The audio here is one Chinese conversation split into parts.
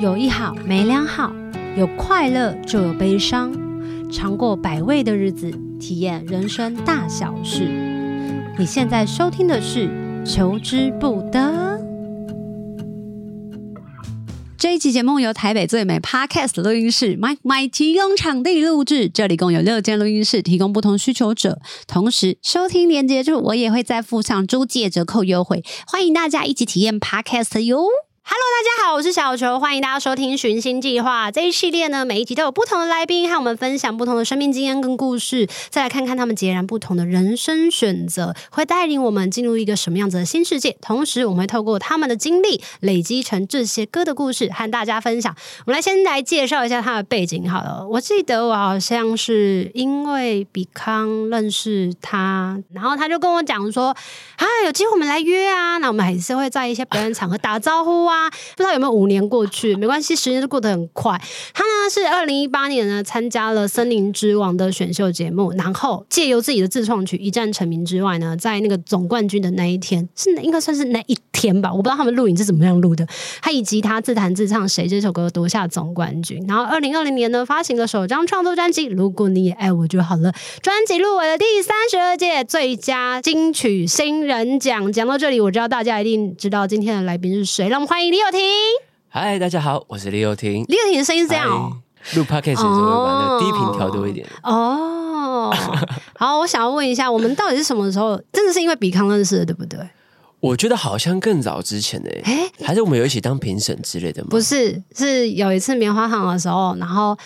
有一好没两好，有快乐就有悲伤，尝过百味的日子，体验人生大小事。你现在收听的是《求之不得》。这一期节目由台北最美 Podcast 录音室 Mike Mike 提供场地录制，这里共有六间录音室，提供不同需求者。同时，收听连接处我也会再附上租借折扣优惠，欢迎大家一起体验 Podcast 哟。Hello，大家好，我哎是小球，欢迎大家收听《寻星计划》这一系列呢，每一集都有不同的来宾和我们分享不同的生命经验跟故事，再来看看他们截然不同的人生选择，会带领我们进入一个什么样子的新世界。同时，我们会透过他们的经历，累积成这些歌的故事，和大家分享。我们来先来介绍一下他的背景好了。我记得我好像是因为比康认识他，然后他就跟我讲说，啊，有机会我们来约啊，那我们还是会在一些表演场合打招呼啊。不知道有没有五年过去，没关系，时间都过得很快。他呢是二零一八年呢参加了《森林之王》的选秀节目，然后借由自己的自创曲一战成名之外呢，在那个总冠军的那一天，是应该算是那一天吧，我不知道他们录影是怎么样录的。他以及他自弹自唱《谁》这首歌夺下总冠军。然后二零二零年呢，发行了首张创作专辑《如果你也爱我就好了》，专辑入围了第三十二届最佳金曲新人奖。讲到这里，我知道大家一定知道今天的来宾是谁，让我们欢迎李友廷。嗨，大家好，我是李友廷。 李友廷的声音是这样哦。嗨录 podcast 的时候会把那个低频调多一点。 哦，好，我想要问一下，我们到底是什么时候？真的是因为比康认识的，对不对？我觉得好像更早之前呢、哎还是我们有一起当评审之类的吗？不是，是有一次棉花糖的时候，然后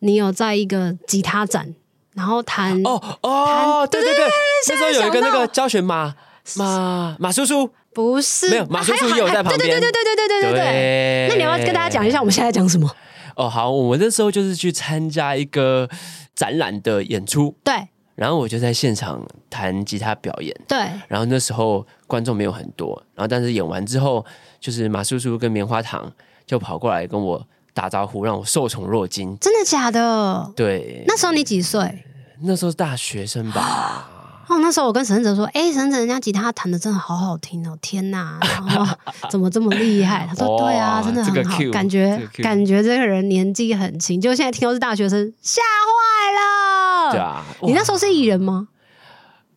你有在一个吉他展，然后弹哦哦，对对对，那时候有一个想到那个教学马马马叔叔，不是，没有马叔叔也有在旁边对对对对对对对对对。那你要不要跟大家讲一下我们现在讲什么？哦，好，我那时候就是去参加一个展览的演出，对然后我就在现场弹吉他表演。对然后那时候观众没有很多，然后但是演完之后，就是马叔叔跟棉花糖就跑过来跟我打招呼，让我受宠若惊。真的假的？对，那时候你几嗯岁？那时候是大学生吧，哦，那时候我跟沈哲说，哎、沈哲人家吉他弹的真的好好听哦，天哪，然后 怎么这么厉害？他说哇对啊，真的这很个好， cue，感觉这个 cue 感觉这个人年纪很轻，就现在听到是大学生，吓坏了。对，啊。你那时候候，是艺人吗？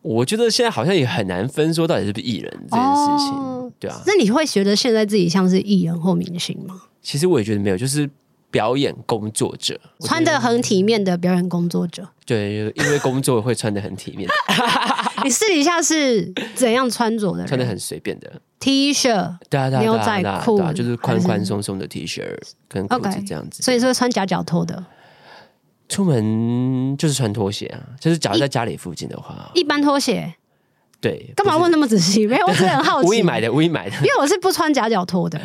我觉得现在好像也很难分说到底是不是艺人这件事情，哦对啊。那你会觉得现在自己像是艺人或明星吗？其实我也觉得没有，就是表演工作者，我穿的很体面的表演工作者，对，因为工作会穿的很 体面，你私底下是怎样穿着的人？穿的很随便的， T 恤，对啊，对啊，对牛啊仔对啊裤对啊就是宽还是宽松松的 T 恤跟裤 OK 子这样子。所以是会穿夹脚拖的。出门就是穿拖鞋啊，就是假如在家里附近的 话，一般拖鞋，对，干嘛不问是？那么仔细？没有，我只是很好奇。无意买的， 无意买的，因为我是不穿夹脚拖的，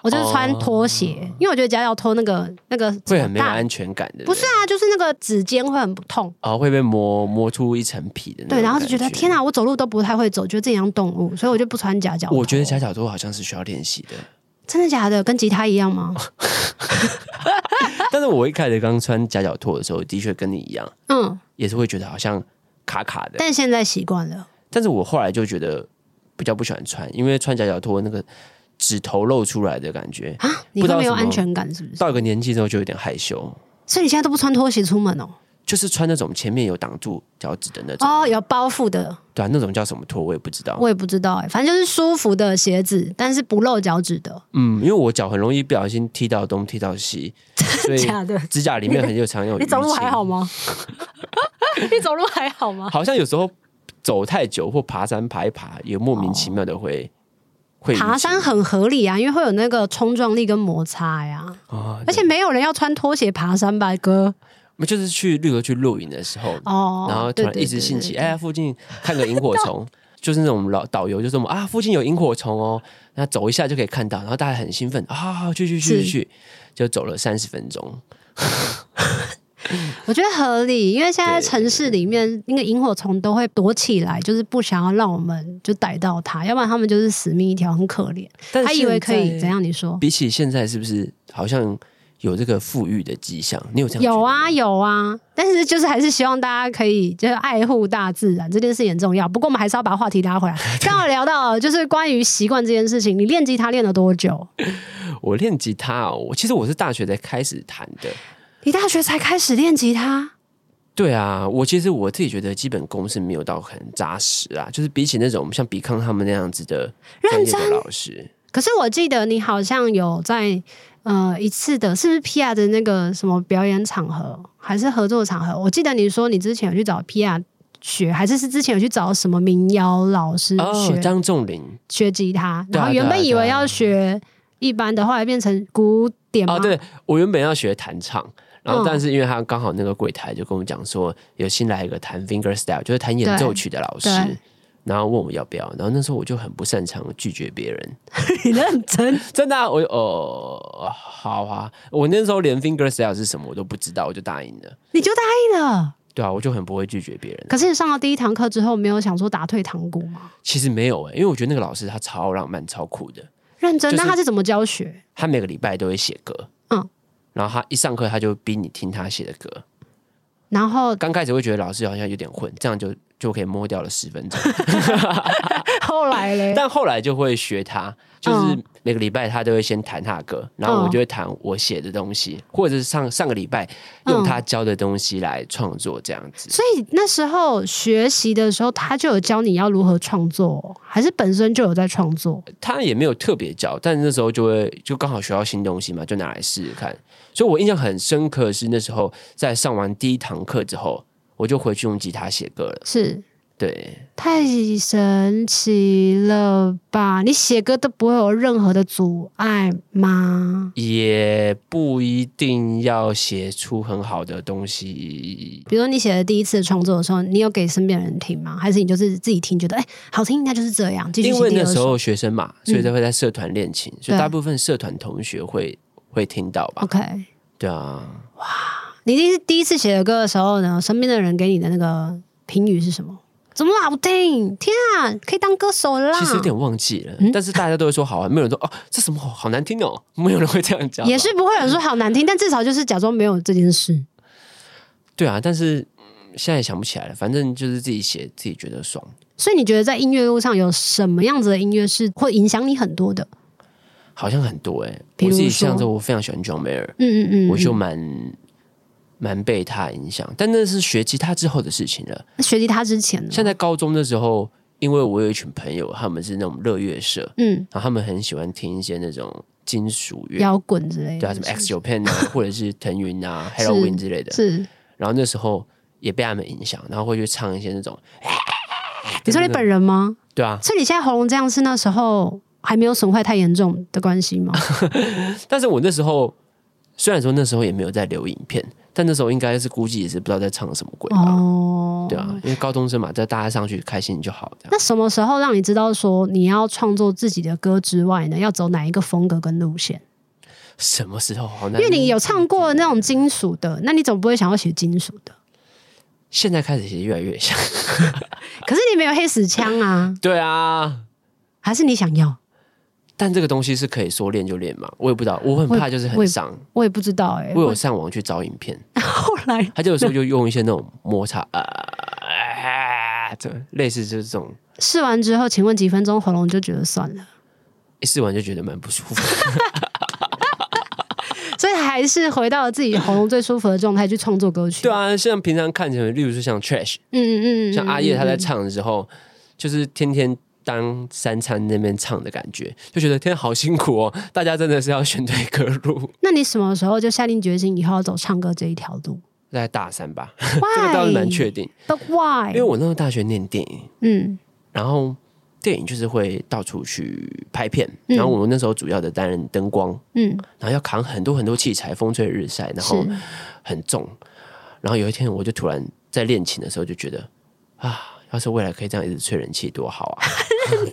我就是穿拖鞋，因为我觉得夹脚拖那个那个哦会很没有大安全感的。不是对啊，就是那个指尖会很痛。啊，会被磨磨出一层皮的那种对，然后就觉得感天啊，我走路都不太会走，觉得自己像动物，所以我就不穿夹脚拖。我觉得夹脚拖好像是需要 练习的，真的假的，跟吉他一样 吗？但是我一开始刚穿夹脚拖的时候，的确跟你一样，嗯，也是会觉得好像卡卡的。但现在习惯了。但是我后来就觉得比较不喜欢穿，因为穿夹脚拖那个指头露出来的感觉，啊，你不知会道没有什么安全感是不是？到一个年纪之后就有点害羞，所以你现在都不穿拖鞋出门哦？就是穿那种前面有挡住脚趾的那种，哦，有包覆的，对啊，那种叫什么拖我也不知道。我也不知道哎、反正就是舒服的鞋子，但是不露脚趾的，嗯，因为我脚很容易不小心踢到东踢到西，所以假的。指甲里面很有常有。你走路还好？吗？ 你走路还好吗？好像有时候走太久或爬山爬一爬，也莫名其妙的会、会哦爬山很合理啊，因为会有那个冲撞力跟摩擦呀、啊，而且没有人要穿拖鞋爬山吧，哥？我就是去例如去露营的时候，哦，然后突然对一时兴起，，对对对哎，附近看个萤火虫。就是那种老导游就说我们啊，附近有萤火虫哦，那走一下就可以看到，然后大家很兴奋啊，去去去是去去，就走了三十分钟，我觉得合理，因为现在对城市里面那个萤火虫都会躲起来，就是不想要让我们就逮到它，要不然他们就是死命一条，很可怜。但他以为现可以在怎样？你说？比起现在，是不是好像有这个富裕的迹象？你有这样有觉得吗？啊有啊，但是就是还是希望大家可以就是爱护大自然这件事也很重要。不过我们还是要把 话题拉回来，刚好聊到就是关于习惯这件事情，你练吉他练了多久？我练吉他、哦，我其实我是大学才开始弹的。你大学才开始练吉他，对啊，我其实我自己觉得基本功是没有到很扎实啊，就是比起那种像比康他们那样子的专认业的真。老师，可是我记得你好像有在呃一次的，是不是 Pia 的那个什么表演场合，还是合作场合？我记得你说你之前有去找 Pia 学，还是是之前有去找什么民谣老师嗯学、哦，张仲林学吉他，对啊然后原本以为要学一般的，后来变成古典吗？哦，对我原本要学弹唱。然嗯后，但是因为他刚好那个柜台就跟我讲说，有新来一个弹 finger style，就是弹演奏曲的老师对对，然后问我要不要，然后那时候我就很不擅长拒绝别人， 你认 真，真的啊、我就哦，好啊，我那时候连 finger style 是什么我都不知道，我就答应了，你就答应了。对啊，我就很不会拒绝别人。可是你上了第一堂课之后，没有想说打退堂鼓吗？其实没有诶、欸因为我觉得那个老师他超浪漫、超酷的，认真，就是那他是怎么教学？他每个礼拜都会写歌，嗯，然后他一上课他就逼你听他写的歌，然后刚开始会觉得老师好像有点混，这样就就可以摸掉了十 分钟，后来 嘞，但 后来就会学他，就是嗯每个礼拜他都会先弹他的歌，然后我嗯就会弹我写的东西，或者是上上个礼拜用嗯他教的东西来创作这样子。所以那时候学习的时候，他就有教你要如何创作，哦还是本身就有在创作？他也没有特别教，但那时候就会就刚好学到新东西嘛，就拿来试试看。所以我印象很深刻的是那时候在上完第一堂课之后，我就回去用吉他写歌了。是对，太神奇了吧！你写歌都不会有任何的阻碍吗？也不一定要写出很好的东西。比如说你写的第一次创作的时候，你有给身边人听吗？还是你就是自己听，觉得哎、好听，那就是这样。继续因写为第那二时首。候学生嘛，所以才会在社团练琴，所以对大部分社团同学会会听到吧？ OK，对啊，你第一第一次写的歌的时候呢，身边的人给你的那个评语是什么？怎么好听？天啊，可以当歌手啦！其实有点忘记了，但是大家都会说好玩，没有人说哦，这什么好好难听哦，没有人会这样讲吧。啊也是不会有人说好难听，但至少就是假装没有这件事。对啊，但是、嗯现在也想不起来了，反正就是自己写，自己觉得爽。所以你觉得在音乐路上有什么样子的音乐是会影响你很多的？好像很多哎、比我如自己说像这，我非常喜欢 John Mayer，、嗯嗯嗯，我就蛮蛮被他影响，但那是学吉他之后的事情了。那学吉他之前呢？像在高中的时候，因为我有一群朋友，他们是那种乐乐社，嗯，然后他们很喜欢听一些那种金属乐，摇滚之类的，对啊，什么 X 九 Pen 啊，或者是腾云啊、是 Halloween 之类的。是然后那时候也被他们影响，然后会去唱一些那种，你说你本人吗？对啊，所以你现在喉咙这样是那时候还没有损坏太严重的关系 吗？但是我那时候虽然说那时候也没有在留影片，但那时候应该是估计也是不知道在唱什么鬼吧。哦，对啊，因为高中生嘛，就大家上去开心就好。这样那什么时候让你知道说你要创作自己的歌之外呢，要走哪一个风格跟路线？什么时候哦好因难？为你有唱过那种金属的，那你总不会想要写金属的。现在开始其实越来越像。啊可是你没有黑死腔 啊，对啊，还是你想要？但这个东西是可以说练就练嘛，我也不知道，我很怕就是我很也伤。我也不知道哎、我有上网去找影片，后来他就有时候就用一些那种摩擦啊啊，这类似就是这种，试完之后，请问几分钟喉咙就觉得算了，一试完就觉得蛮不舒服。所以还是回到了自己喉咙最舒服的状态去创作歌曲。对，啊，像平常看起来，例如说像 Trash，嗯嗯嗯，像阿叶叶他在唱的时候，就是天天当三餐那边唱的感觉，就觉得天好辛苦哦，大家真的是要选对歌路。那你什么时候就下定决心以后要走唱歌这一条路在大三吧， ？Why？这个倒是蛮确定， But 因为 why？我那时候大学念电影，嗯，然后电影就是会到处去拍片，然后我们那时候主要的担任灯光，嗯，然后要扛很多很多器材，风吹日晒，然后是 很重。然后有一天，我就突然在练琴的时候就觉得啊，要是未来可以这样一直吹人气多好啊！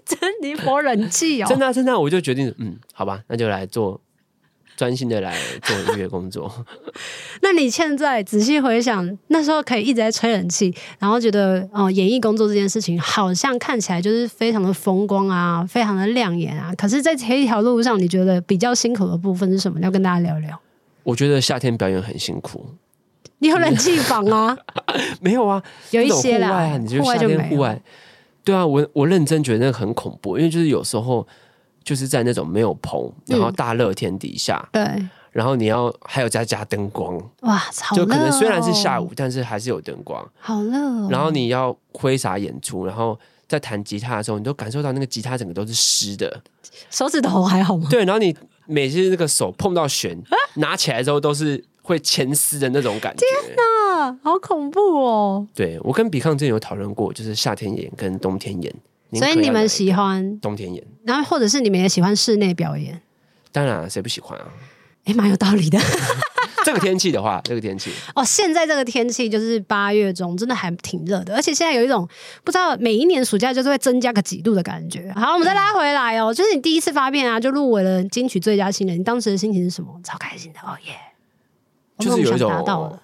真尼泊人气哦 真的啊、真的啊、我就决定，嗯，好吧，那就来做专心的来做音乐工作。 那你现在仔细回想，那时候可以一直在吹冷气，然后觉得哦、呃演艺工作这件事情好像看起来就是非常的风光啊，非常的亮眼啊。可是，在这一条路上，你觉得比较辛苦的部分是什么？要跟大家聊聊。我觉得夏天表演很辛苦，你有冷气房 啊？没有啊，有一那种些啦户外啊，你就户外夏就没天有户外，对啊，我我认真觉得那个很恐怖，因为就是有时候就是在那种没有棚，然后大热天底下，对，然后你要还有再加灯光，哇，嗯好热、就哦，可能虽然是下午，，但是还是有灯光。好热、哦，然后你要挥洒演出，然后在弹吉他的时候，你都感受到那个吉他整个都是湿的。手指头还好吗？ 对，然后你每次那个手碰到弦，拿起来之后都是会牵丝的那种感觉。啊，好恐怖哦！对我跟比康之前有讨论过，就是夏天演跟冬天演，所以可你要哪一们个喜欢，冬天演，然后或者是你们也喜欢室内表演，当然、啊、谁不喜欢啊？哎，蛮有道理的。 这个天气的话，这个天气哦，现在这个天气就是八月中，真的还挺热的，而且现在有一种不知道每一年暑假就是会增加个几度的感觉。好，我们再拉回来哦，就是你第一次发片啊，就入围了金曲最佳新人，你当时的心情是什么？超开心的哦耶！我就是梦有一想种达到了，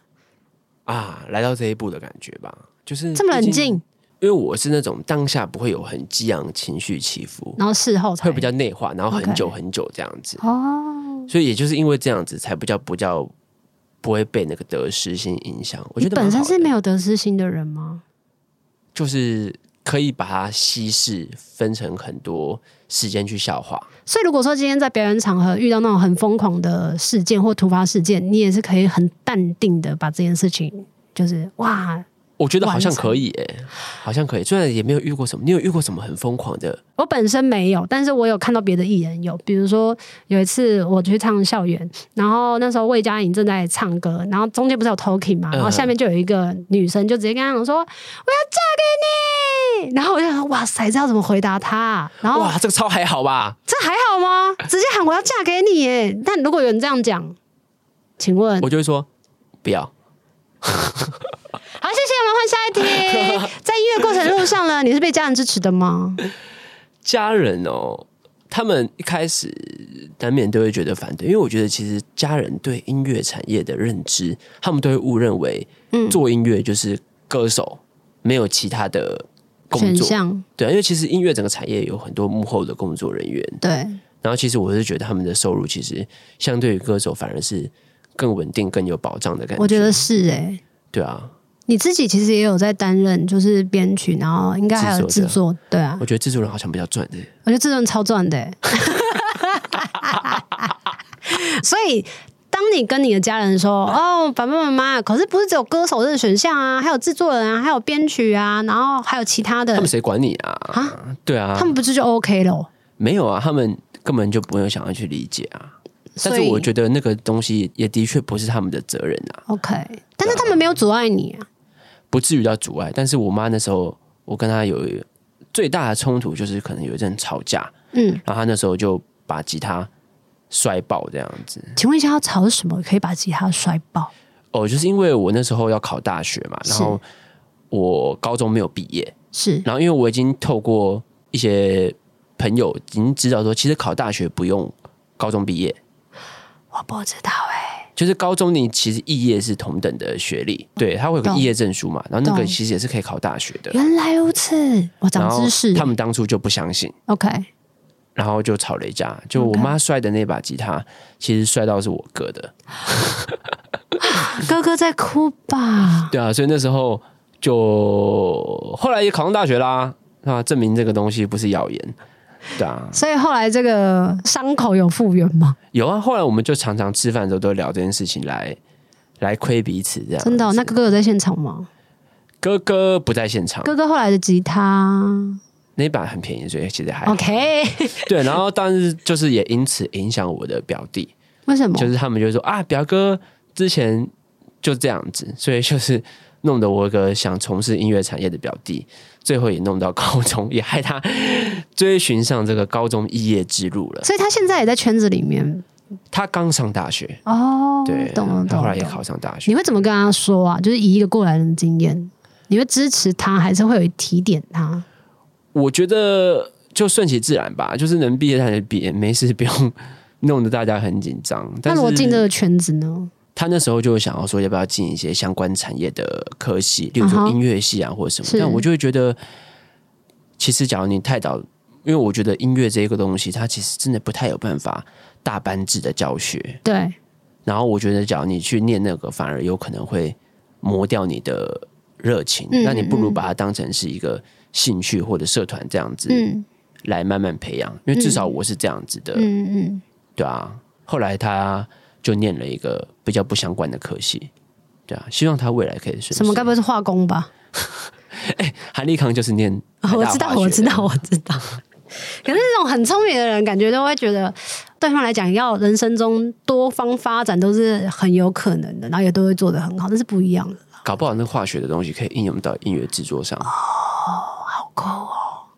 啊，来到这一步的感觉吧，就是这么冷呃毕竟静，因为我是那种当下不会有很激昂情绪起伏，然后事后才会比较内化，然后很嗯 OK 久很久这样子。哦。所以也就是因为这样子，才不叫不叫不会被那个得失心影响。我觉你得本身是没有，有得失心的人吗？就是可以把它稀释分成很多时间去消化。所以如果说今天在表演场合遇到那种很疯狂的事件或突发事件，你也是可以很淡定的把这件事情，就是哇，我觉得好像完成可以诶、好像可以。虽然也没有遇过什么，你有遇过什么很疯狂的？我本身没有，但是我有看到别的艺人有，比如说有一次我去唱校园，然后那时候魏佳莹正在唱歌，然后中间不是有 talking 嘛，嗯然后下面就有一个女生就直接跟她讲说我要嫁给你，然后我就想说哇塞，这要怎么回答她啊、然后哇，这个超还好吧？这还好吗？直接喊我要嫁给你耶！但如果有人这样讲，请问我就会说不要。好，谢谢，我们换下一题。在音乐过程路上呢，你是被家人支持的吗？家人哦，他们一开始难免都会觉得反对，因为我觉得其实家人对音乐产业的认知，他们都会误认为，嗯做音乐就是歌手，没有其他的工选作。项对啊，因为其实音乐整个产业有很多幕后的工作人员，对，然后其实我是觉得他们的收入其实相对于歌手反而是更稳定、更有保障的感觉。我觉得是哎、对啊，你自己其实也有在担任，就是编曲，然后应该还有制制作，对啊，我觉得制作人好像比较赚的。我觉得制作人超赚 的欸、所以当你跟你的家人说：“哦，爸爸妈妈，可是不是只有歌手这个选项啊，还有制作人啊，还有编曲啊，然后还有其他的他们，谁管你啊？啊对啊，他们不是就 OK 了？”没有啊，他们根本就不用想要去理解啊。但所是以我觉得那个东西也的确不是他们的责任啊， OK，但是他们没有阻碍你啊。不至于到阻碍。但是我妈那时候，我跟她有最大的冲突就是可能有一阵吵架，嗯，然后她那时候就把吉他摔爆这样子。请问一下，要吵什么可以把吉他摔爆？哦，就是因为我那时候要考大学嘛，是然后我高中没有毕业，是然后因为我已经透过一些朋友已经知道说，其实考大学不用高中毕业，我不知道哎、就是高中你其实肄业是同等的学历，对，他会有个懂肄业证书嘛，然后那个懂其实也是可以考大学的。原来如此，我然长后知识。他们当初就不相信， OK，然后就吵了一架。就我 OK 妈摔的那把吉他，其实摔到是我哥的，哥哥在哭吧？对啊，所以那时候就后来也考上大学啦，啊，证明这个东西不是谣言，对啊，所以后来这个伤口有复原吗？有啊。后来我们就常常吃饭的时候都聊这件事情来来亏彼此，这样真的哦、那哥哥有在现场吗？哥哥不在现场，哥哥后来的吉他那把很便宜，所以其实还哦好。 ，OK？对，然后但是就是也因此影响我的表弟，为什么？就是他们就说啊，表哥之前就这样子，所以就是弄得我一个想从事音乐产业的表弟，最后也弄到高中，也害他追寻上这个高中肄业之路了。所以他现在也在圈子里面他刚上大学，哦。对，懂了他懂后了来也懂了。考上大学你。会怎么跟他说啊？就是以一个过来人的经验，你会支持他，还是会有提点他？我觉得就顺其自然吧，就是能毕业他就毕业，没事不用 弄得大家很紧张。那但如果进这是个圈子呢？他那时候就想要说，要不要进一些相关产业的科系，例如嗯说哼音乐系啊或者什么。是但我就会觉得，其实假如你太早，因为我觉得音乐这个东西，它其实真的不太有办法大班制的教学。对，然后我觉得，假如你去念那个，反而有可能会磨掉你的热情。嗯那你不如把它当成是一个兴趣或者社团这样子嗯，来慢慢培养，因为至少我是这样子的，嗯嗯，对啊。后来他就念了一个比较不相关的科系，对啊，希望他未来可以顺哎什么？该不会是化工吧？韩立康就是念哦台 我大知道，化学我知道，的，我知 道。可是那种很聪明的人，感觉都会觉得对方来讲，要人生中多方发展都是很有可能的，然后也都会做得很好，但是不一样的。搞不好那化学的东西可以应用到音乐制作上，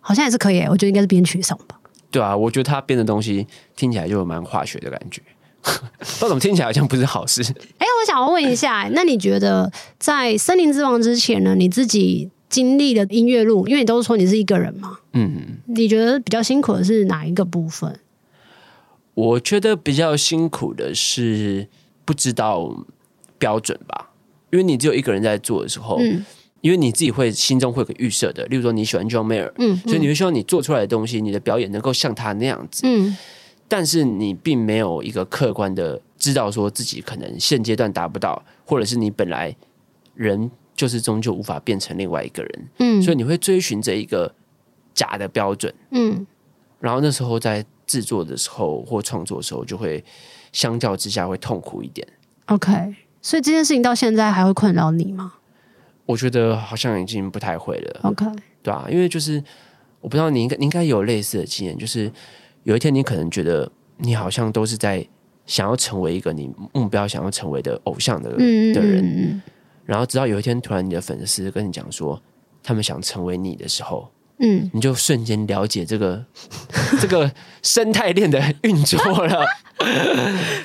好像也是可以耶、我觉得应该是编曲上吧。对啊。我觉得他编的东西听起来就蛮化学的感觉， 不知道怎么听起来好像不是好事。哎、我想要问一下，那你觉得在《森林之王》之前呢，你自己经历的音乐路，因为你都是说你是一个人嘛，嗯，你觉得比较辛苦的是哪一个部分？我觉得比较辛苦的是不知道标准吧，因为你只有一个人在做的时候，嗯因为你自己会心中会有个预设的，例如说你喜欢 John Mayer，嗯所以你会希望你做出来的东西，你的表演能够像他那样子，嗯但是你并没有一个客观的知道说自己可能现阶段达不到，或者是你本来人就是终究无法变成另外一个人，嗯所以你会追寻着一个假的标准。嗯然后那时候在制作的时候或创作的时候，就会相较之下会痛苦一点。 ，OK。所以这件事情到现在还会困扰你吗我觉得好像已经不太会了， ？OK，对啊，因为就是我不知道你应该你应该有类似的经验，就是有一天你可能觉得你好像都是在想要成为一个你目标想要成为的偶像的嗯的人，嗯然后直到有一天突然你的粉丝跟你讲说他们想成为你的时候，嗯嗯，你就瞬间了解这个 这个生态链的运作了。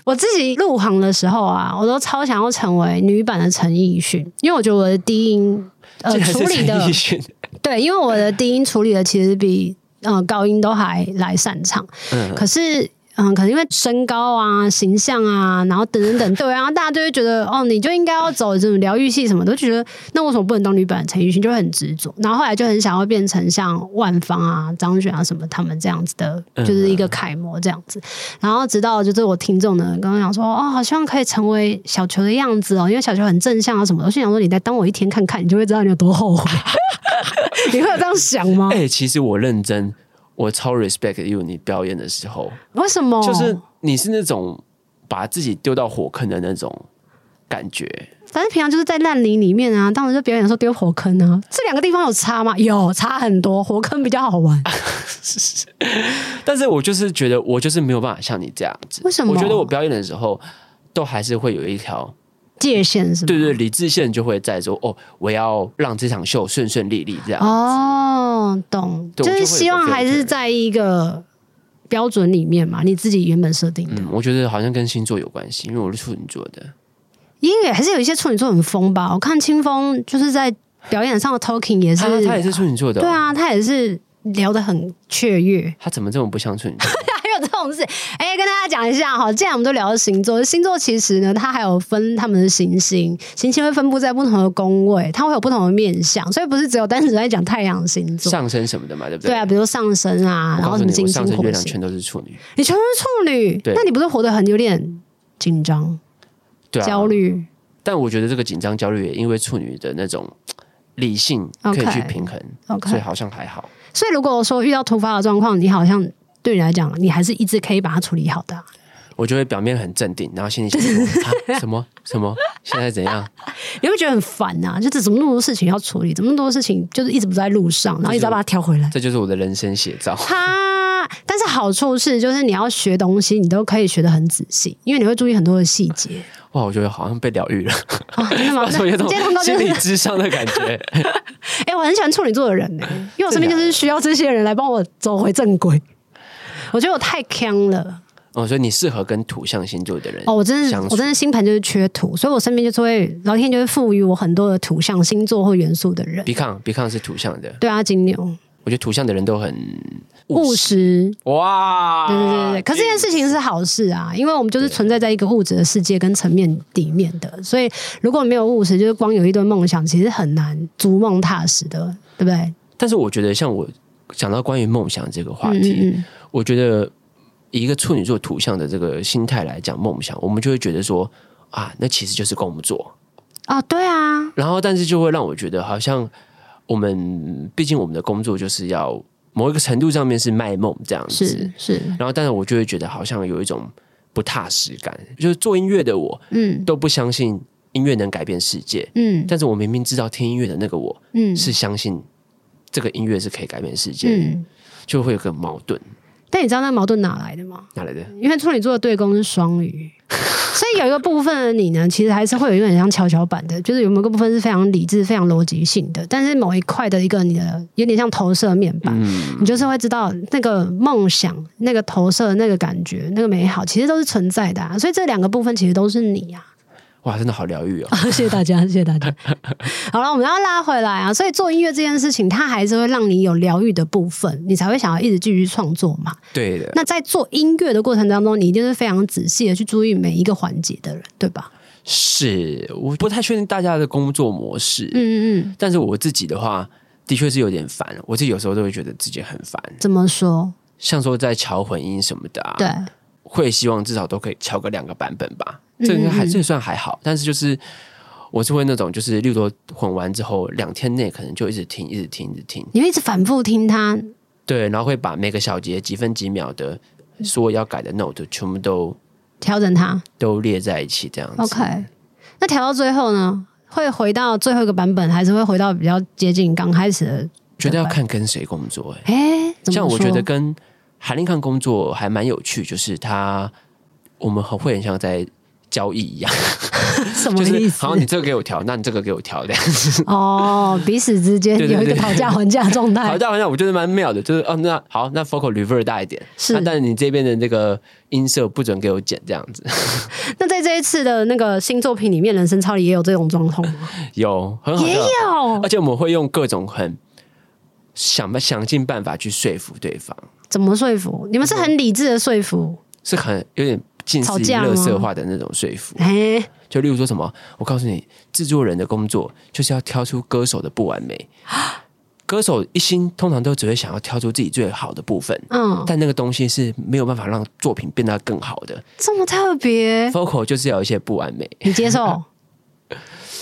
我自己入行的时候啊，我都超想要成为女版的陈奕迅，因为我觉得我的低音 呃竟然处是理陈的奕迅，对，因为我的低音处理的其实比呃高音都还来擅长，嗯可是。嗯，可能因为身高啊、形象啊，然后等等等，对啊，然后大家就会觉得，哦，你就应该要走这种疗愈系什么的，都觉得那为什么不能当女版的陈奕迅？就很执着，然后后来就很想要变成像万芳啊、张悬啊什么他们这样子的，嗯就是一个楷模这样子。然后直到就是我听众呢跟我讲说，哦，好希望可以成为小球的样子哦，因为小球很正向啊什么的。我心想说，你再当我一天看看，你就会知道你有多后悔。 你会有这样想吗？哎、其实我认真，我超 respect you。你表演的时候，为什么？就是你是那种把自己丢到火坑的那种感觉。反正平常就是在烂泥里面啊，当时就表演的时候丢火坑啊，这两个地方有差吗？有差很多，火坑比较好 玩。但是我就是觉得，我就是没有办法像你这样子。为什么我觉得我表演的时候，都还是会有一条，界限是吗？对对，理智线就会在说，哦，我要让这场秀顺顺利利这样。哦，懂，对就我是就会有希望还是在一个标准里面嘛，你自己原本设定的。嗯，我觉得好像跟星座有关系，因为我是处女座的。因为还是有一些处女座很疯吧，我看清风就是在表演上的 talking 也是，他他也是处女座的、对，啊，他也是聊得很雀跃。他怎么这么不像处女 座？还有这种事。哎、跟大家讲一下哈，既然我们都聊到星座，星座其实呢，它还有分他们的行星，行星会分布在不同的宫位，它会有不同的面相，所以不是只有单纯在讲太阳星座。上升什么的嘛，对不对？对啊，比如说上升啊，我然后告什诉么你，金我星、上升火月亮星，全都是处女。你全部是处女，对那你不是活得很有点紧张、对啊，焦虑？但我觉得这个紧张焦虑也因为处女的那种理性 OK 可以去平衡 OK 所以好像还好。所以如果说遇到突发的状况，你好像对你来讲，你还是一直可以把它处理好的啊、我就会表面很镇定，然后心里想说、啊、 什么什么，现在怎样？你会觉得很烦呐、就是怎么那么多事情要处理，怎么那么多事情就是一直不在路上，然后一直要把它调回来。这就是我的人生写照。 它，但是好处是，就是你要学东西，你都可以学得很仔细，因为你会注意很多的细节哇，我觉得好像被疗愈 了，啊，真的吗？那那 我有你种今天通告就心是理，智商的感觉。 哎、我很喜欢处女座的人呢、因为我身边啊就是需要这些人来帮我走回正轨。我觉得我太坑了哦，所以你适合跟土象星座的人哦！我真的相，我处真的星盘就是缺土，所以我身边就是会老天就会赋予我很多的土象星座或元素的人。鼻抗鼻抗是土象的，对啊，金牛我觉得土象的人都很务实，哇。对对啊对对，可是这件事情是好事啊，因为我们就是存在在一个物质的世界跟层面里面的，所以如果没有物质，就是光有一堆梦想，其实很难逐梦踏实的，对不对？但是我觉得像我讲到关于梦想这个话嗯题，嗯嗯，我觉得以一个处女座图像的这个心态来讲梦想，我们就会觉得说啊，那其实就是工作。哦，对啊，然后，但是就会让我觉得好像我们，毕竟我们的工作就是要某一个程度上面是卖梦这样子是。是，然后，但是我就会觉得好像有一种不踏实感，就是做音乐的我嗯都不相信音乐能改变世界，嗯但是我明明知道听音乐的那个我嗯是相信这个音乐是可以改变世界的，嗯。就会有个矛盾。但你知道那矛盾哪来的吗？哪来的？因为处女座的对宫是双鱼， 所以有一个部分的你呢，其实还是会有一点像跷跷板的，就是有某个部分是非常理智、非常逻辑性的，但是某一块的一个你的有点像投射面板，你就是会知道那个梦想、那个投射、那个感觉、那个美好，其实都是存在的、啊，所以这两个部分其实都是你啊。哇，真的好疗愈哦！ 谢谢大家，谢谢大家。 好了，我们要拉回来啊，所以做音乐这件事情，它还是会让你有疗愈的部分，你才会想要一直继续创作嘛。对的，那在做音乐的过程当中，你一定是非常仔细的去注意每一个环节的人，对吧？是我不太确定大家的工作模式，嗯嗯，但是我自己的话，的确是有点烦。我自己有时候都会觉得自己很烦，怎么说？像说在敲混音什么的、啊，对，会希望至少都可以敲个两个版本嗯吧。这个还这算还好，但是就是我是会那种，就是例如说混完之后两天内可能就一直听，一直听，一直听，你会一直反复听它，对，然后会把每个小节几分几秒的所有要改的 note 全部都调整它。都列在一起，这样子。 OK，那调到最后呢，会回到最后一个版本，还是会回到比较接近刚开始的？觉得要看跟谁工作、欸，哎，怎么像我说觉得，跟韩令康工作还蛮有趣，就是他我们很会很像在交易一样，什么就意是思好？你这个给我调，那你这个给我调的。哦，彼此之间对对有一个对讨价还价的状好 态，像好像我觉得蛮妙的，就是哦，那好，那 focal reverb 大一点，啊是那但是你这边的那个音色不准给我剪这样子。 那在这一次的那个新作品里面，人生超里也有这种状况吗？哦有很好也笑，有而，且我们会用各种很想想尽办法去说服对方，怎么说服？你们是很理智的说服，是很有点近似吵于架吗乐色化的那种说服。哎，就例如说什么，我告诉你，制作人的工作就是要挑出歌手的不完美。 歌手一心通常都只会想要挑出自己最好的部分，嗯，但那个东西是没有办法让作品变得更好的。这么特 别， Focal 就是要有一些不完美，你接受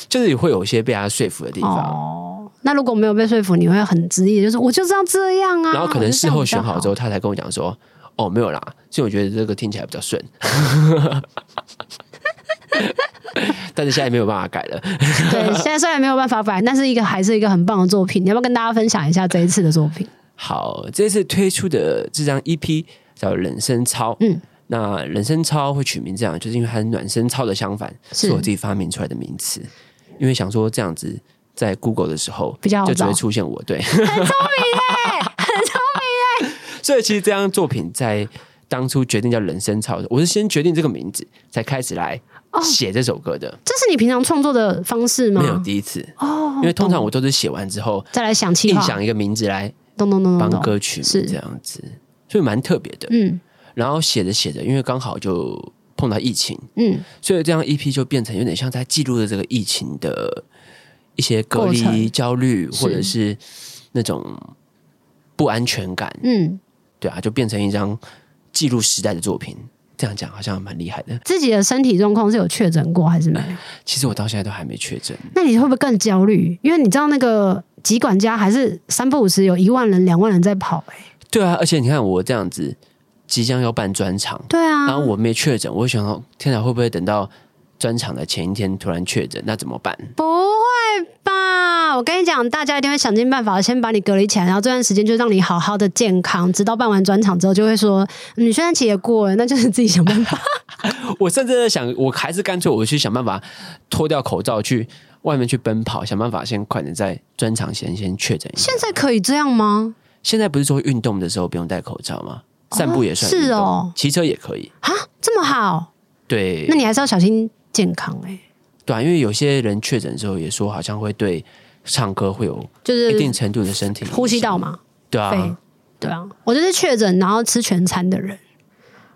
就是会 有一些被他说服的地方，哦？那如果没有被说服，你会很执意，就是我就是要这样啊。然后可能事后选好之后，后，他才跟我讲说：“哦，没有啦，所以我觉得这个听起来比较顺。” 但是现在没有办法改了，对，现在虽然没有 办法改，但是一个还是一个很棒的作品。你要不要跟大家分享一下这一次的作品？好，这次推出的这张 EP 叫《人生操》，嗯嗯，那人生操会取名这样，就是因为它是暖身操的相反，是是我自己发明出来的名词，因为想说这样子。在 Google 的时候，比较好就只找会出现我， 对，很聪明哎，很聪明哎。所以其实这张作品在当初决定叫《人生操》的时候，我是先决定这个名字，才开始来哦写这首歌的，这是你平常创作的方式吗？没有第一次，哦，因为通常懂我都是写完之后再来想气硬划，想一个名字来咚咚咚咚帮咚，歌曲是这样子，所以蛮特别的。嗯然后写着写着，因为刚好就碰到疫情，嗯，所以这样 EP 就变成有点像在记录的这个疫情的一些隔过程离、焦虑，是或者是那种不安全感，嗯，对啊，就变成一张记录时代的作品。这样讲好像蛮厉害的，自己的身体状况是有确诊过还是没有？其实我到现在都还没确诊，那你会不会更焦虑？因为你知道那个疾管家还是三不五时有一万人、两万人在跑、欸，对啊，而且你看我这样子即将要办专场，对啊，然后我没确诊，我会想到天啊哪，会不会等到专场的前一天突然确诊，那怎么办？不会吧？我跟你讲，大家一定会想尽办法先把你隔离起来，然后这段时间就让你好好的健康，直到办完专场之后，就会说嗯你宣传期也过了，那就是自己想办法。我甚至在想，我还是干脆我去想办法脱掉口罩去外面去奔跑，想办法先快点在专场前先确诊一下。现在可以这样吗？现在不是说运动的时候不用戴口罩吗？散步也算、是，哦，骑车也可以。啊， 这么好，对那，你还是要小心健康哎、欸对啊、因为有些人确诊之后也说好像会对唱歌会有就一是定程度的身体影响呼吸道，嘛，对肺啊，，对啊，我就是确诊然后吃全餐的人。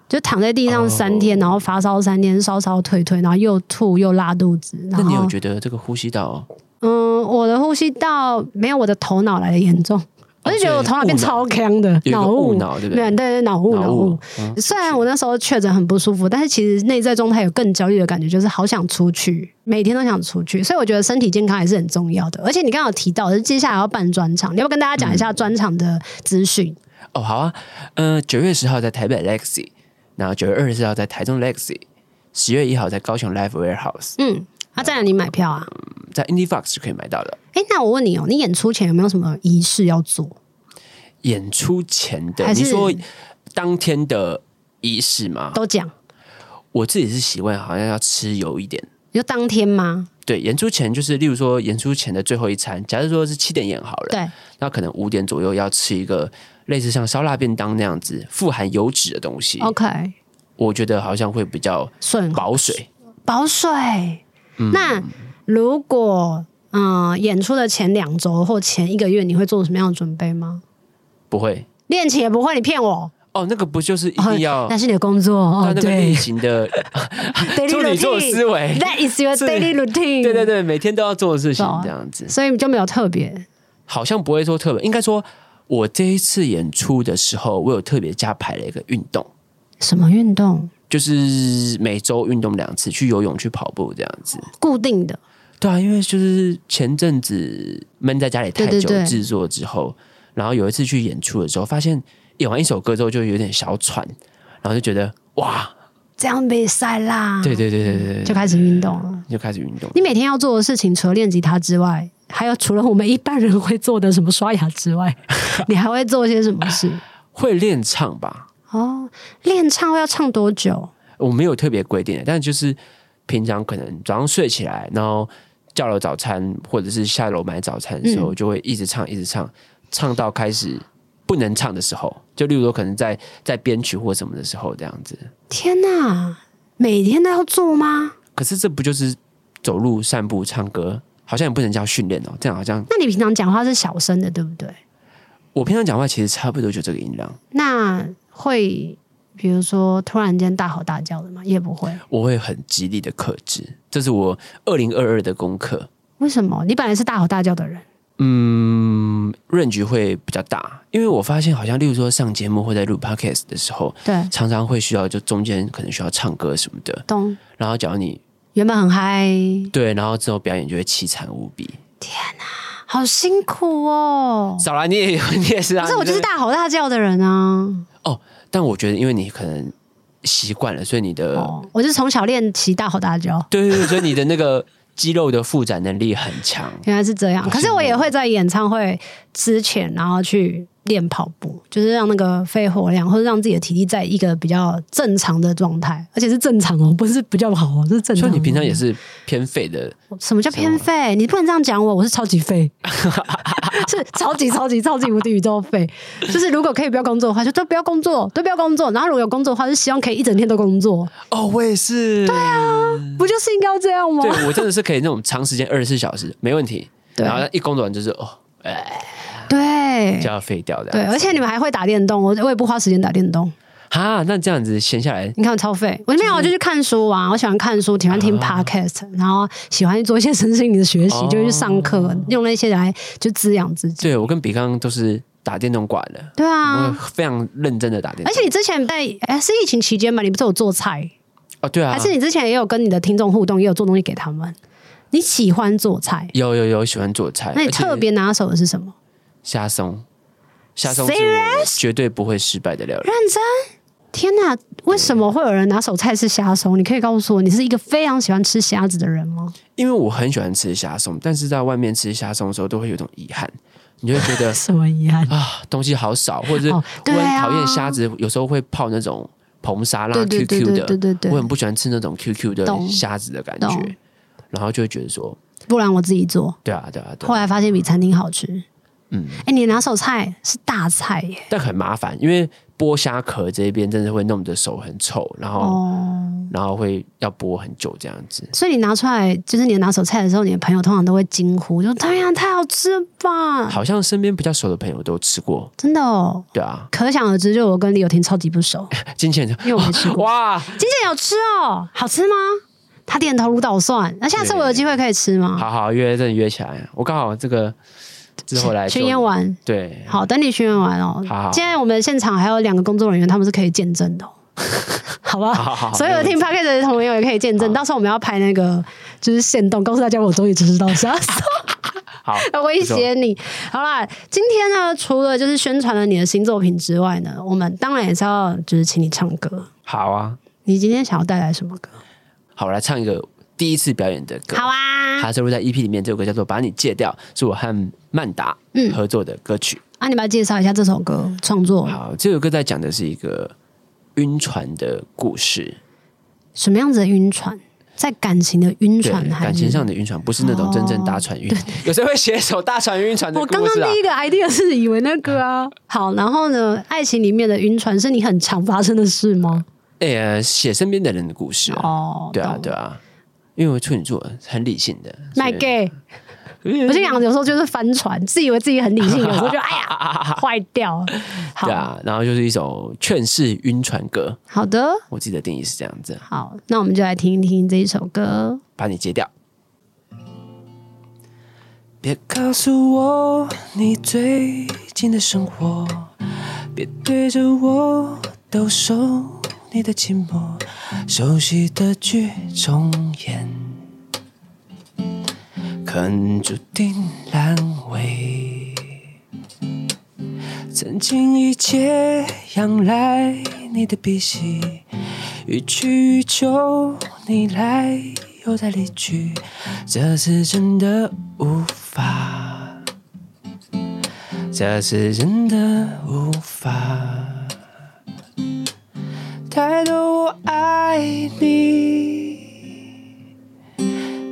就躺在地上三天，然后发烧三天，烧烧退退，然后又吐又拉肚子。然那后你有觉得这个呼吸道嗯，我的呼吸道没有我的头脑来的严重，哦我就觉得我头脑变超强的，有一个雾雾脑对不对对对，脑雾脑脑雾雾。嗯虽然我那时候确诊很不舒服，但是其实内在状态有更焦虑的感觉，就是好想出去，每天都想出去。所以我觉得身体健康还是很重要的。而且你刚刚有提到，就是接下来要办专场，你要不要跟大家讲一下专场的资讯？哦，好啊，呃，九月十号在台北 Lexi，然后九月二十四号在台中 Lexi，十月一号在高雄 Live Warehouse，嗯，啊，在哪里买票啊？在 Indie Fox 就可以买到了。哎，那我问你哦，你演出前有没有什么仪式要做？演出前的，还是你说当天的仪式吗？都讲，我自己是习惯好像要吃油一点。你就当天吗？对，演出前就是，例如说演出前的最后一餐，假如说是七点演好了，对，那可能五点左右要吃一个类似像烧腊便当那样子富含油脂的东西。 ，OK，我觉得好像会比较顺保水。保水。嗯那如果嗯、呃演出的前两周或前一个月，你会做什么样的准备吗？不会练琴也不会，你骗我！哦，那个不就是一定要哦那是你的工作他哦，那个类对型 的， ，daily 处女座 routine 思维 That is your 哎是 daily routine。对对，哦对，每天都要做的事情懂这样子，所以就没有特别好像不会说特别，应该说我这一次演出的时候，我有特别加排了一个运动，什么运动就是每周运动两次，去游泳、去跑步这样子。固定的，对啊，因为就是前阵子闷在家里太对久对对制作之后，然后有一次去演出的时候，发现演完一首歌之后就有点小喘，然后就觉得哇，这样比赛啦。对，对对对对啊就对，开始运动了。就开始运动。你每天要做的事情，除了练吉他之外，还有除了我们一般人会做的什么刷牙之 外，你还会做些什么事？会练唱吧？哦，练唱会要唱多久？我没有特别规定，但就是平常可能早上睡起来，然后叫了早餐，或者是下楼买早餐的时候，就会一直唱，一直唱，唱到开始不能唱的时候，就例如说可能在在编曲或什么的时候这样子。天哪，每天都要做吗？可是这不就是走路、散步、唱歌，好像也不能叫训练哦。这样好像那你平常讲话是小声的，对不对？我平常讲话其实差不多就这个音量，那会比如说突然间大吼大叫的吗？也不会。我会很极力的克制，这是我二零二二的功课。为什么？你本来是大吼大叫的人，嗯，range 会比较大，因为我发现好像，例如说上节目或在录 podcast 的时候，对，常常会需要就中间可能需要唱歌什么的，懂。然后假如你原本很嗨，对，然后之后表演就会凄惨无比。好辛苦哦。少来，你也你也是啊，可是我你就是真的，大吼大叫的人啊。但我觉得因为你可能习惯了，所以你的、哦，我是从小练习大吼大叫。对对对，所以你的那个肌肉的负载能力很强。 原来是这样，好羡慕哦可是我也会在演唱会之前，然后去练跑步，就是让那个肺活量或者让自己的体力在一个比较正常的状态，而且是正常哦，不是比较好哦，是正常所的。以你平常也是偏废的，什么叫偏废？你不能这样讲我，我是超级废， 是超级超级超级无敌宇宙废。就是如果可以不要工作的话，就都不要工作，都不要工作。然后如果有工作的话，就希望可以一整天都工作，哦，我也是。对啊，不就是应该要这样吗？对我真的是可以那种长时间二十四小时没问题，对然后一工作完就是哦，哎，对就要废掉的。对，而且你们还会打电动，我我也不花时间打电动。哈，那这样子闲下来，你看我超废，我没嗯有，我就去看书啊。我喜欢看书，喜欢听 podcast，、然后喜欢做一些身心灵的学习，啊哦就去上课，用那些来就滋养自己。对我跟比刚都是打电动挂的，对啊，我非常认真的打电而动。且你之前在哎、是疫情期间嘛，你不是有做菜，哦，对啊，还是你之前也有跟你的听众互动，也有做东西给他们？你喜欢做菜，有有有喜欢做菜，那你而且特别拿手的是什么？虾松，虾松是我绝对不会失败的料理。天哪，为什么会有人拿手菜是虾松？你可以告诉我，你是一个非常喜欢吃虾子的人吗？因为我很喜欢吃虾松，但是在外面吃虾松的时候，都会有一种遗憾，你就会 觉得什么遗憾？啊，东西好少，或者是我哦对很啊讨厌虾子，有时候会泡那种硼砂拉对对 QQ 对对的，对对对我很不喜欢吃那种 QQ 的懂虾子的感觉懂，然后就会觉得说，不然我自己做。对啊对啊对后啊，来发现比餐厅好吃。嗯嗯，哎、你拿手菜是大菜耶。但很麻烦，因为剥虾壳这边真的会弄得手很臭，然后、哦，然后会要剥很久这样子。所以你拿出来就是你拿手菜的时候，你的朋友通常都会惊呼，就太阳太好吃了吧，好像身边比较熟的朋友都吃过，真的哦。对啊，可想而知，就我跟李友廷超级不 熟，金钱因为我没吃 过。哇，今天有吃哦，好吃吗？他点头如捣蒜。那下次我有机会可以吃吗？好好约，真的约起来。我刚好这个之后来巡就演你完，对，好，等你巡演完哦。好好现在我们现场还有两个工作人员，他们是可以见证 的哦、好不好好？好好，所没有问听题 p o d c a s 的朋友也可以见证，到时候我们要拍那个就是现动，告诉大家我终于知道 啥。好，威胁你。好啦，今天呢，除了就是宣传了你的新作品之外呢，我们当然也是要就是请你唱歌。好啊，你今天想要带来什么歌？好，我来唱一个第一次表演的歌，好啊，它收录在 EP 里面，这首歌叫做《把你戒掉》，是我和曼达嗯合作的歌曲。啊，你把它介绍一下这首歌创作好，这首歌在讲的是一个晕船的故事，什么样子的晕船，在感情的晕对船，还感是情上的晕船，不是那种真正搭船晕。 有谁会写一首搭船晕船的我故事啊？刚刚第一个 idea 是以为那个 啊，好，然后呢，爱情里面的晕船是你很常发生的事吗？哎呀，写身边的人的故事、啊。哦，对啊，懂，对啊，因为我处女座很理性的，所卖以 gay，我就想有时候就是翻船，自以为自己很理性，有时候就哎 呀坏掉了。好对啊，然后就是一首劝世晕船歌，好的，我自己的定义是这样子，好，那我们就来听一听这一首歌。把你戒掉。别告诉我你最近的生活，别对着我兜售你的寂寞，熟悉的剧重演，可能注定阑尾。曾经一切仰赖你的鼻息，予取予求，你来又再离去，这次真的无法，这次真的无法。太多我爱你，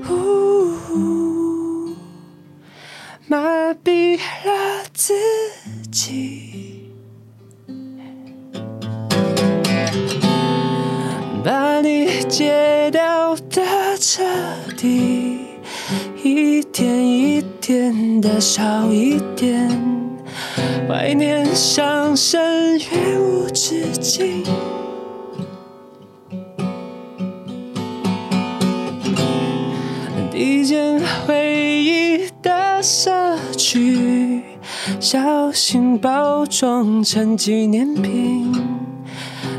呜，麻痹了自己。把你戒掉的彻底，一点一点的少一点，怀念上升越无止境。一件回忆的社区，小心包装成纪念品，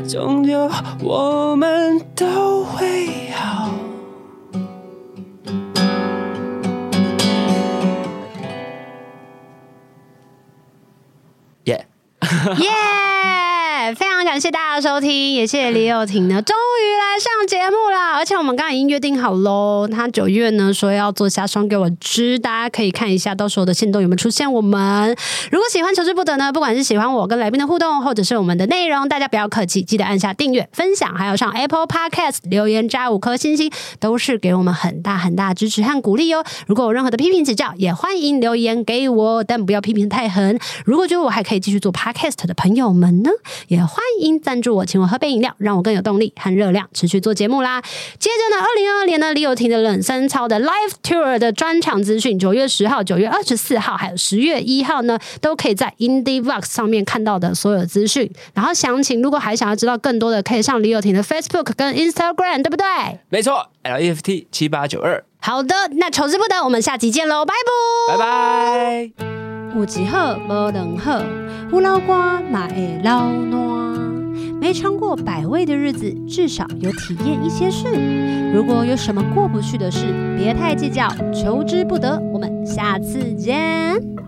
终究我们都会好。耶、耶非常感谢大家的收听，也谢谢李友廷呢，终于来上节目啦！而且我们刚刚已经约定好喽，他九月呢说要做下双给我织，大家可以看一下到时候的线动有没有出现我们。如果喜欢求之不得呢，不管是喜欢我跟来宾的互动，或者是我们的内容，大家不要客气，记得按下订阅、分享，还有上 Apple Podcast 留言加五颗星星，都是给我们很大很大的支持和鼓励哟。如果有任何的批评指教，也欢迎留言给我，但不要批评太狠。如果觉得我还可以继续做 podcast 的朋友们呢，也欢迎赞助我，请我喝杯饮料，让我更有动力和热量，持续做节目啦。接着呢，二零二二年呢，李友廷的冷森操的 live tour 的专场资讯，九月十号、九月二十四号，还有十月一号呢，都可以在 Indie Vox 上面看到的所有资讯。然后详情，如果还想要知道更多的，可以上李友廷的 Facebook 跟 Instagram，对不对？没错，LEFT 七八九二，好的，那求之不得，我们下集见喽，拜拜。拜拜。有一好无两好，有老瓜嘛会老烂。没尝过百味的日子，至少有体验一些事。如果有什么过不去的事，别太计较，求之不得。我们下次见。